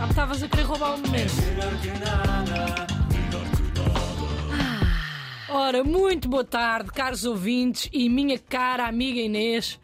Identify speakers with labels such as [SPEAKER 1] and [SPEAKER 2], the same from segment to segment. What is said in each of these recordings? [SPEAKER 1] Ah, Estavas a querer roubar o momento. Ah. Ora, muito boa tarde, caros ouvintes e minha cara amiga Inês.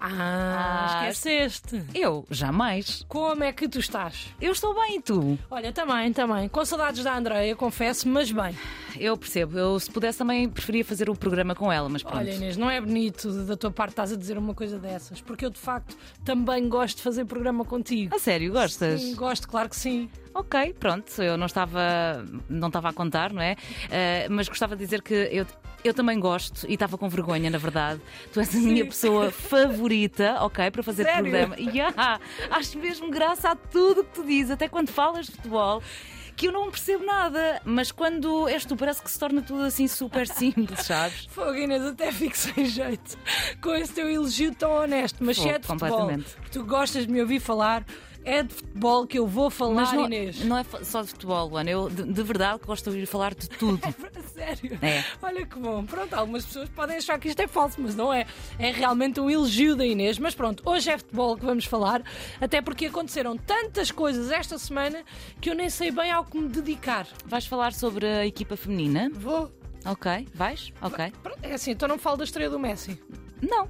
[SPEAKER 1] Ah,
[SPEAKER 2] Ah,
[SPEAKER 1] esqueceste.
[SPEAKER 2] Eu, jamais.
[SPEAKER 1] Como é que tu estás?
[SPEAKER 2] Eu estou bem, e tu?
[SPEAKER 1] Olha, também, também. Com saudades da Andreia, confesso, mas bem.
[SPEAKER 2] Eu percebo. Eu, se pudesse, também preferia fazer o programa com ela, mas pronto.
[SPEAKER 1] Olha, Inês, não é bonito da tua parte estás a dizer uma coisa dessas, porque eu de facto também gosto de fazer programa contigo.
[SPEAKER 2] a sério, Ah, gostas?
[SPEAKER 1] Sim, gosto, claro que sim.
[SPEAKER 2] Ok, pronto. Eu não estava, não estava a contar, não é? Ah, mas gostava de dizer que eu, eu também gosto e estava com vergonha, na verdade. Tu és a minha pessoa favorita, ok, para fazer
[SPEAKER 1] Sério?
[SPEAKER 2] programa. Yeah, acho mesmo graça a tudo que tu dizes, até quando falas de futebol. Que eu não percebo nada, mas quando és tu, parece que se torna tudo assim super simples, sabes?
[SPEAKER 1] Fogo, Inês, até fico sem jeito com esse teu elogio tão honesto, mas se
[SPEAKER 2] Fogo,
[SPEAKER 1] é de futebol.
[SPEAKER 2] completamente.
[SPEAKER 1] que Tu gostas de me ouvir falar, é de futebol que eu vou falar,
[SPEAKER 2] Mas não,
[SPEAKER 1] Inês.
[SPEAKER 2] não é fa- só de futebol, Luana. Eu de, de verdade gosto de ouvir falar de tudo.
[SPEAKER 1] A Sério?
[SPEAKER 2] É.
[SPEAKER 1] Olha que bom. Pronto, algumas pessoas podem achar que isto é falso, mas não é. É realmente um elogio da Inês. Mas pronto, hoje é futebol que vamos falar, até porque aconteceram tantas coisas esta semana que eu nem sei bem ao que me dedicar.
[SPEAKER 2] vais falar sobre a equipa feminina?
[SPEAKER 1] Vou.
[SPEAKER 2] Ok, vais? Ok.
[SPEAKER 1] Pronto, é assim, então não falo da estreia do Messi.
[SPEAKER 2] Não.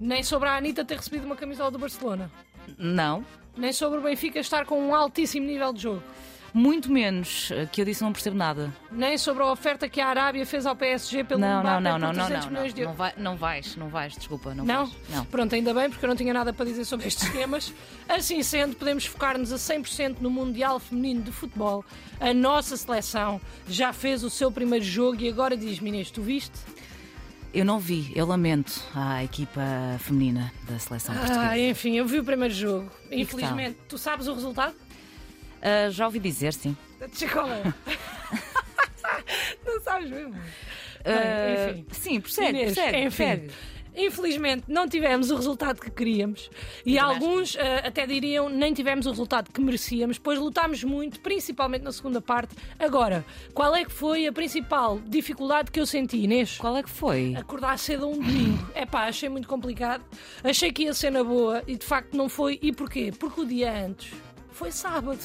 [SPEAKER 1] Nem sobre a Anitta ter recebido uma camisola do Barcelona.
[SPEAKER 2] Não.
[SPEAKER 1] Nem sobre o Benfica estar com um altíssimo nível de jogo.
[SPEAKER 2] Muito menos eh, que eu disse não percebo nada.
[SPEAKER 1] Nem sobre a oferta que a Arábia fez ao PSG pelo
[SPEAKER 2] não,
[SPEAKER 1] Mbappé
[SPEAKER 2] não, não,
[SPEAKER 1] por
[SPEAKER 2] não, não,
[SPEAKER 1] 300
[SPEAKER 2] não,
[SPEAKER 1] milhões
[SPEAKER 2] não.
[SPEAKER 1] de euros.
[SPEAKER 2] Não, vai, não vais, não vais, desculpa, não,
[SPEAKER 1] Não?
[SPEAKER 2] vais. Não.
[SPEAKER 1] Pronto, ainda bem, porque eu não tinha nada para dizer sobre estes temas. Assim sendo, podemos focar-nos a 100% no Mundial Feminino de Futebol. A nossa seleção já fez o seu primeiro jogo e agora diz-me, Inês, tu viste?
[SPEAKER 2] Eu não vi, eu lamento à equipa feminina da seleção portuguesa.
[SPEAKER 1] Ah, enfim, eu vi o primeiro jogo. Infelizmente,
[SPEAKER 2] Infelizmente,
[SPEAKER 1] tu sabes o resultado?
[SPEAKER 2] Ah, já ouvi dizer, sim.
[SPEAKER 1] não sabes mesmo.
[SPEAKER 2] Ah,
[SPEAKER 1] enfim.
[SPEAKER 2] Sim, persegue,
[SPEAKER 1] Inês,
[SPEAKER 2] persegue,
[SPEAKER 1] enfim.
[SPEAKER 2] persegue.
[SPEAKER 1] Infelizmente não tivemos o resultado que queríamos e
[SPEAKER 2] Eu também
[SPEAKER 1] alguns eh, até diriam nem tivemos o resultado que merecíamos, pois lutámos muito, principalmente na segunda parte. Agora, qual é que foi a principal dificuldade que eu senti, Inês?
[SPEAKER 2] Qual é que foi?
[SPEAKER 1] Acordar cedo um domingo. É pá, achei muito complicado. Achei que ia ser na boa e de facto não foi. E porquê? Porque o dia antes foi sábado.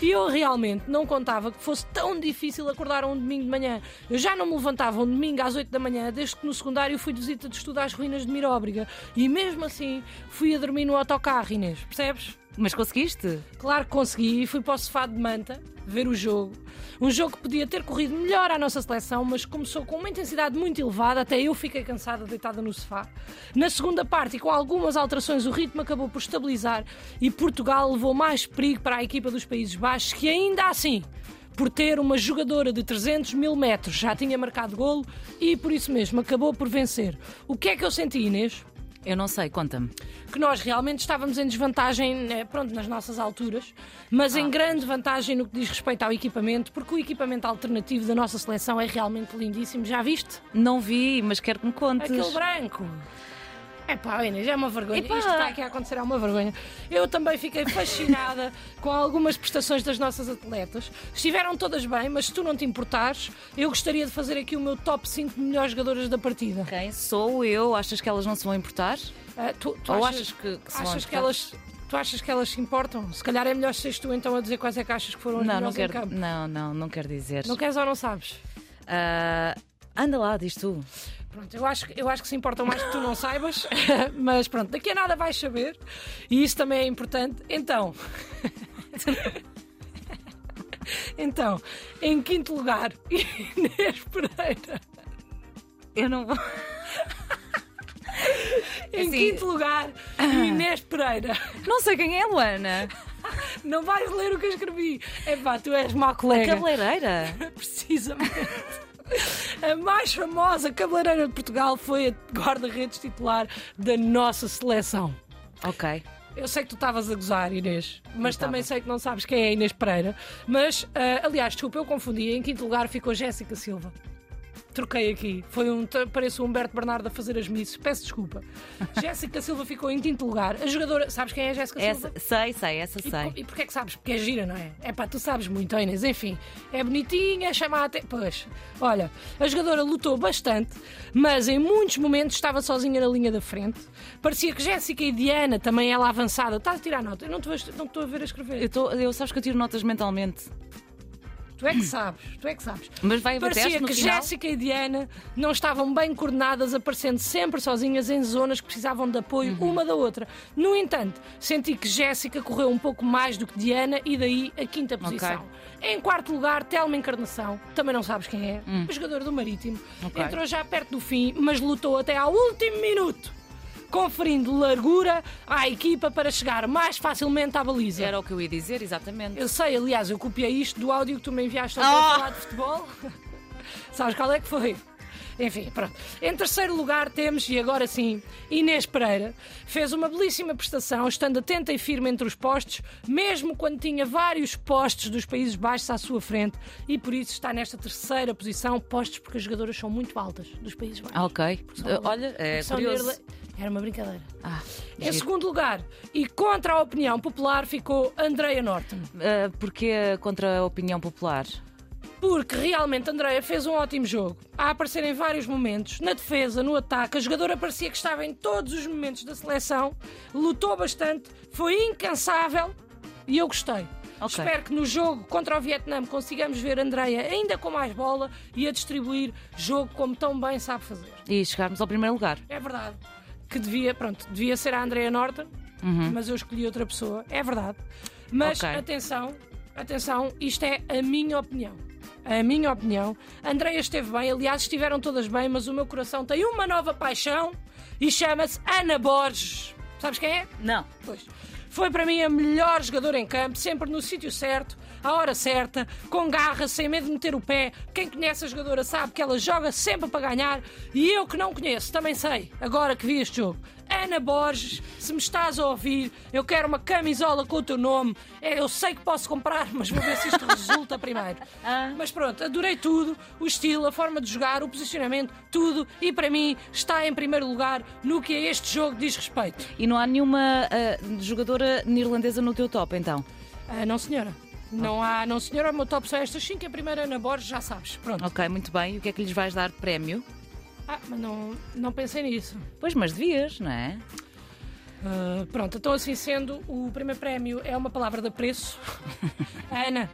[SPEAKER 1] E eu realmente não contava que fosse tão difícil acordar a um domingo de manhã. Eu já não me levantava um domingo às 8 da manhã, desde que no secundário fui de visita de estudo às ruínas de Miróbriga. E mesmo assim fui a dormir no autocarro, Inês, percebes?
[SPEAKER 2] Mas conseguiste?
[SPEAKER 1] Claro que consegui e fui para o sofá de manta ver o jogo. Um jogo que podia ter corrido melhor à nossa seleção, mas começou com uma intensidade muito elevada, até eu fiquei cansada deitada no sofá. Na segunda parte, e com algumas alterações, o ritmo acabou por estabilizar e Portugal levou mais perigo para a equipa dos Países Baixos, que ainda assim, por ter uma jogadora de 300 mil metros, já tinha marcado golo e por isso mesmo acabou por vencer. O que é que eu senti, Inês?
[SPEAKER 2] Eu não sei, conta-me.
[SPEAKER 1] que nós realmente estávamos em desvantagem, né, pronto, nas nossas alturas, mas em grande vantagem no que diz respeito ao equipamento, porque o equipamento alternativo da nossa seleção é realmente lindíssimo. Já viste?
[SPEAKER 2] Não vi, mas quero que me contes.
[SPEAKER 1] Aquele branco. É pá, Inês, é uma vergonha.
[SPEAKER 2] Epá.
[SPEAKER 1] Isto que está aqui a acontecer é uma vergonha. Eu também fiquei fascinada com algumas prestações das nossas atletas. Estiveram todas bem, mas se tu não te importares, eu gostaria de fazer aqui o meu top 5 melhores jogadoras da partida.
[SPEAKER 2] Quem sou eu? Achas que elas não se vão importar?
[SPEAKER 1] Ah, tu, tu
[SPEAKER 2] Ou achas que- que se vão
[SPEAKER 1] achas que
[SPEAKER 2] ajudar?
[SPEAKER 1] elas tu achas que elas se importam? Se calhar é melhor seres tu então a dizer quais é que achas que foram as
[SPEAKER 2] não, não
[SPEAKER 1] melhores em
[SPEAKER 2] quero.
[SPEAKER 1] campo.
[SPEAKER 2] Não, não, não quero dizer.
[SPEAKER 1] Não queres ou não sabes?
[SPEAKER 2] Ah, anda lá, diz tu.
[SPEAKER 1] Pronto, eu acho, que- eu acho que se importam mais que tu não saibas, mas pronto, daqui a nada vais saber e isso também é importante. Então, então, em quinto lugar, Inês Pereira.
[SPEAKER 2] Eu não vou.
[SPEAKER 1] Em
[SPEAKER 2] Assim-
[SPEAKER 1] quinto lugar, Inês Pereira.
[SPEAKER 2] Não sei quem é, Luana.
[SPEAKER 1] Não vais ler o que eu escrevi. É pá, tu és mau colega.
[SPEAKER 2] Cabeleireira.
[SPEAKER 1] Precisamente. A mais famosa cabeleireira de Portugal foi a guarda-redes titular da nossa seleção.
[SPEAKER 2] Ok.
[SPEAKER 1] Eu sei que tu estavas a gozar, Inês, mas
[SPEAKER 2] estava.
[SPEAKER 1] também sei que não sabes quem é eh, a Inês Pereira. Mas, ah, aliás, desculpa, eu confundi. Em quinto lugar ficou Jéssica Silva. Troquei aqui. Foi um. Parece o Humberto Bernardo a fazer as missas. Peço desculpa. Jéssica Silva ficou em quinto lugar. A jogadora. Sabes quem é a Jéssica Silva?
[SPEAKER 2] Essa, sei, sei, essa
[SPEAKER 1] E,
[SPEAKER 2] sei.
[SPEAKER 1] por- e porquê é que sabes? Porque é gira, não é? É pá, tu sabes muito, ó Inês. Enfim, é bonitinha, chama até. Pois, olha, a jogadora lutou bastante, mas em muitos momentos estava sozinha na linha da frente. Parecia que Jéssica e Diana, também ela avançada, estás a tirar nota. Eu não te vejo- não te estou a ver a
[SPEAKER 2] Eu,
[SPEAKER 1] escrever.
[SPEAKER 2] tô, eu sabes que eu tiro notas mentalmente.
[SPEAKER 1] Tu é que sabes, tu é que sabes.
[SPEAKER 2] Mas vai haver
[SPEAKER 1] Parecia
[SPEAKER 2] teste no
[SPEAKER 1] que
[SPEAKER 2] final?
[SPEAKER 1] Jéssica e Diana não estavam bem coordenadas, aparecendo sempre sozinhas em zonas que precisavam de apoio
[SPEAKER 2] Uhum.
[SPEAKER 1] uma da outra. No entanto, senti que Jéssica correu um pouco mais do que Diana e daí a quinta posição. Em quarto lugar, Telma Encarnação, também não sabes quem é, o jogador do Marítimo.
[SPEAKER 2] Hum. Ok.
[SPEAKER 1] Entrou já perto do fim, mas lutou até ao último minuto. Conferindo largura à equipa para chegar mais facilmente à baliza.
[SPEAKER 2] Era o que eu ia dizer, exatamente.
[SPEAKER 1] Eu sei, aliás, eu copiei isto do áudio que tu me enviaste ontem
[SPEAKER 2] Ah!
[SPEAKER 1] a falar de futebol. Sabes qual é que foi? Enfim, pronto. Em terceiro lugar temos, e agora sim, Inês Pereira. Fez uma belíssima prestação, estando atenta e firme entre os postos, mesmo quando tinha vários postos dos Países Baixos à sua frente, e por isso está nesta terceira posição, postos porque as jogadoras são muito altas dos Países Baixos.
[SPEAKER 2] Ah, ok.
[SPEAKER 1] São-
[SPEAKER 2] Olha, é
[SPEAKER 1] são
[SPEAKER 2] curioso.
[SPEAKER 1] nearly- Era uma brincadeira.
[SPEAKER 2] Ah,
[SPEAKER 1] Em
[SPEAKER 2] giro.
[SPEAKER 1] segundo lugar, e contra a opinião popular, ficou Andreia Norton.
[SPEAKER 2] Ah, porque contra a opinião popular?
[SPEAKER 1] Porque realmente Andreia fez um ótimo jogo. A aparecer em vários momentos, na defesa, no ataque, a jogadora parecia que estava em todos os momentos da seleção, lutou bastante, foi incansável e eu gostei.
[SPEAKER 2] Ok.
[SPEAKER 1] Espero que no jogo contra o Vietnã consigamos ver Andreia ainda com mais bola e a distribuir jogo como tão bem sabe fazer.
[SPEAKER 2] E chegarmos ao primeiro lugar.
[SPEAKER 1] É verdade. Que devia, pronto, devia ser a Andrea Norton, mas eu escolhi outra pessoa. É verdade. Mas
[SPEAKER 2] Ok.
[SPEAKER 1] atenção, atenção, isto é a minha opinião. A minha opinião. Andrea esteve bem, aliás, estiveram todas bem, mas o meu coração tem uma nova paixão e chama-se Ana Borges. Sabes quem é?
[SPEAKER 2] Não.
[SPEAKER 1] Pois. Foi para mim a melhor jogadora em campo, sempre no sítio certo, à hora certa, com garra, sem medo de meter o pé. Quem conhece a jogadora sabe que ela joga sempre para ganhar e eu que não conheço também sei, agora que vi este jogo. Ana Borges, se me estás a ouvir, eu quero uma camisola com o teu nome. É, Eu sei que posso comprar, mas vou ver se isto resulta primeiro. Mas pronto, adorei tudo: o estilo, a forma de jogar, o posicionamento, tudo. E para mim está em primeiro lugar no que a este jogo diz respeito.
[SPEAKER 2] E não há nenhuma ah, jogadora neerlandesa no teu top, então?
[SPEAKER 1] Ah, não, senhora. Não há, não, senhora, o meu top são estas 5. A primeira Ana Borges, já sabes. Pronto.
[SPEAKER 2] Ok, muito bem. E o que é que lhes vais dar de prémio?
[SPEAKER 1] Ah, mas não, não pensei nisso.
[SPEAKER 2] Pois, mas devias, não é?
[SPEAKER 1] Ah, pronto, então assim sendo, o primeiro prémio é uma palavra de apreço. Ana,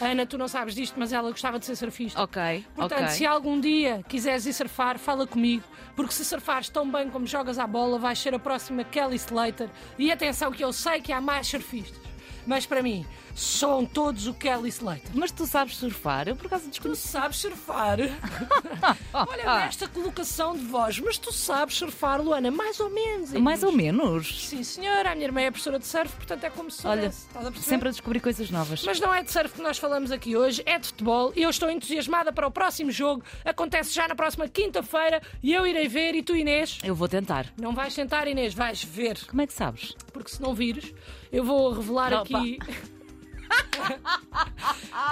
[SPEAKER 1] Ana, tu não sabes disto, mas ela gostava de ser surfista.
[SPEAKER 2] Ok,
[SPEAKER 1] Portanto,
[SPEAKER 2] ok.
[SPEAKER 1] se algum dia quiseres ir surfar, fala comigo, porque se surfares tão bem como jogas à bola, vais ser a próxima Kelly Slater. E atenção, que eu sei que há mais surfistas, mas para mim, são todos o Kelly Slater.
[SPEAKER 2] Mas tu sabes surfar? Eu por acaso Ah,
[SPEAKER 1] Tu
[SPEAKER 2] desconheço.
[SPEAKER 1] sabes surfar? Olha, esta colocação de voz, mas tu sabes surfar, Luana, mais ou menos. Inês.
[SPEAKER 2] Mais ou menos.
[SPEAKER 1] Sim, senhora, a minha irmã é professora de surf, portanto é como se
[SPEAKER 2] Olha,
[SPEAKER 1] soubesse. Estás a perceber?
[SPEAKER 2] sempre a descobrir coisas novas.
[SPEAKER 1] Mas não é de surf que nós falamos aqui hoje, é de futebol e eu estou entusiasmada para o próximo jogo. Acontece já na próxima quinta-feira e eu irei ver e tu, Inês.
[SPEAKER 2] Eu vou tentar.
[SPEAKER 1] Não vais tentar, Inês, vais ver,
[SPEAKER 2] Como é que sabes?
[SPEAKER 1] porque se não vires, eu vou revelar
[SPEAKER 2] Opa.
[SPEAKER 1] aqui.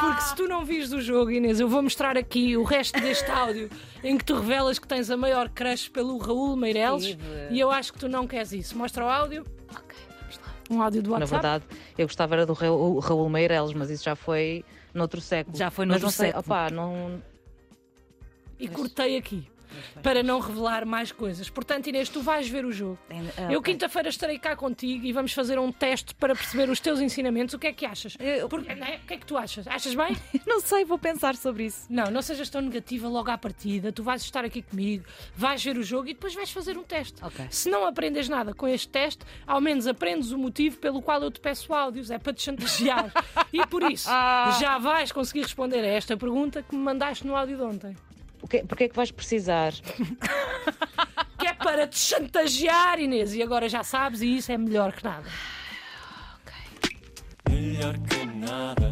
[SPEAKER 1] Porque se tu não vires o jogo, Inês, eu vou mostrar aqui o resto deste áudio em que tu revelas que tens a maior crush pelo Raul Meireles
[SPEAKER 2] Tive.
[SPEAKER 1] e eu acho que tu não queres isso. Mostra o áudio.
[SPEAKER 2] Ok, vamos lá.
[SPEAKER 1] Um áudio do
[SPEAKER 3] Na
[SPEAKER 1] WhatsApp.
[SPEAKER 3] verdade, eu gostava era do Raul, Raul Meireles, mas isso já foi noutro século.
[SPEAKER 2] Já foi
[SPEAKER 3] Mas
[SPEAKER 2] noutro
[SPEAKER 3] não sei,
[SPEAKER 2] século.
[SPEAKER 3] opá, não,
[SPEAKER 1] e cortei aqui para não revelar mais coisas. Portanto, Inês, tu vais ver o jogo.
[SPEAKER 2] Ah,
[SPEAKER 1] Eu
[SPEAKER 2] ok.
[SPEAKER 1] quinta-feira estarei cá contigo e vamos fazer um teste para perceber os teus ensinamentos. O que é que achas?
[SPEAKER 2] Eu-
[SPEAKER 1] Porque- né? O que é que tu achas? Achas bem?
[SPEAKER 2] Não sei, vou pensar sobre isso.
[SPEAKER 1] Não, não sejas tão negativa logo à partida. Tu vais estar aqui comigo, vais ver o jogo e depois vais fazer um teste.
[SPEAKER 2] Ok.
[SPEAKER 1] Se não aprendes nada com este teste, ao menos aprendes o motivo pelo qual eu te peço áudios. É para te chantagear. e por isso, já vais conseguir responder a esta pergunta que me mandaste no áudio de ontem.
[SPEAKER 3] o que, porque é que vais precisar?
[SPEAKER 1] que é para te chantagear, Inês. E agora já sabes, e isso é melhor que nada.
[SPEAKER 4] Melhor que nada.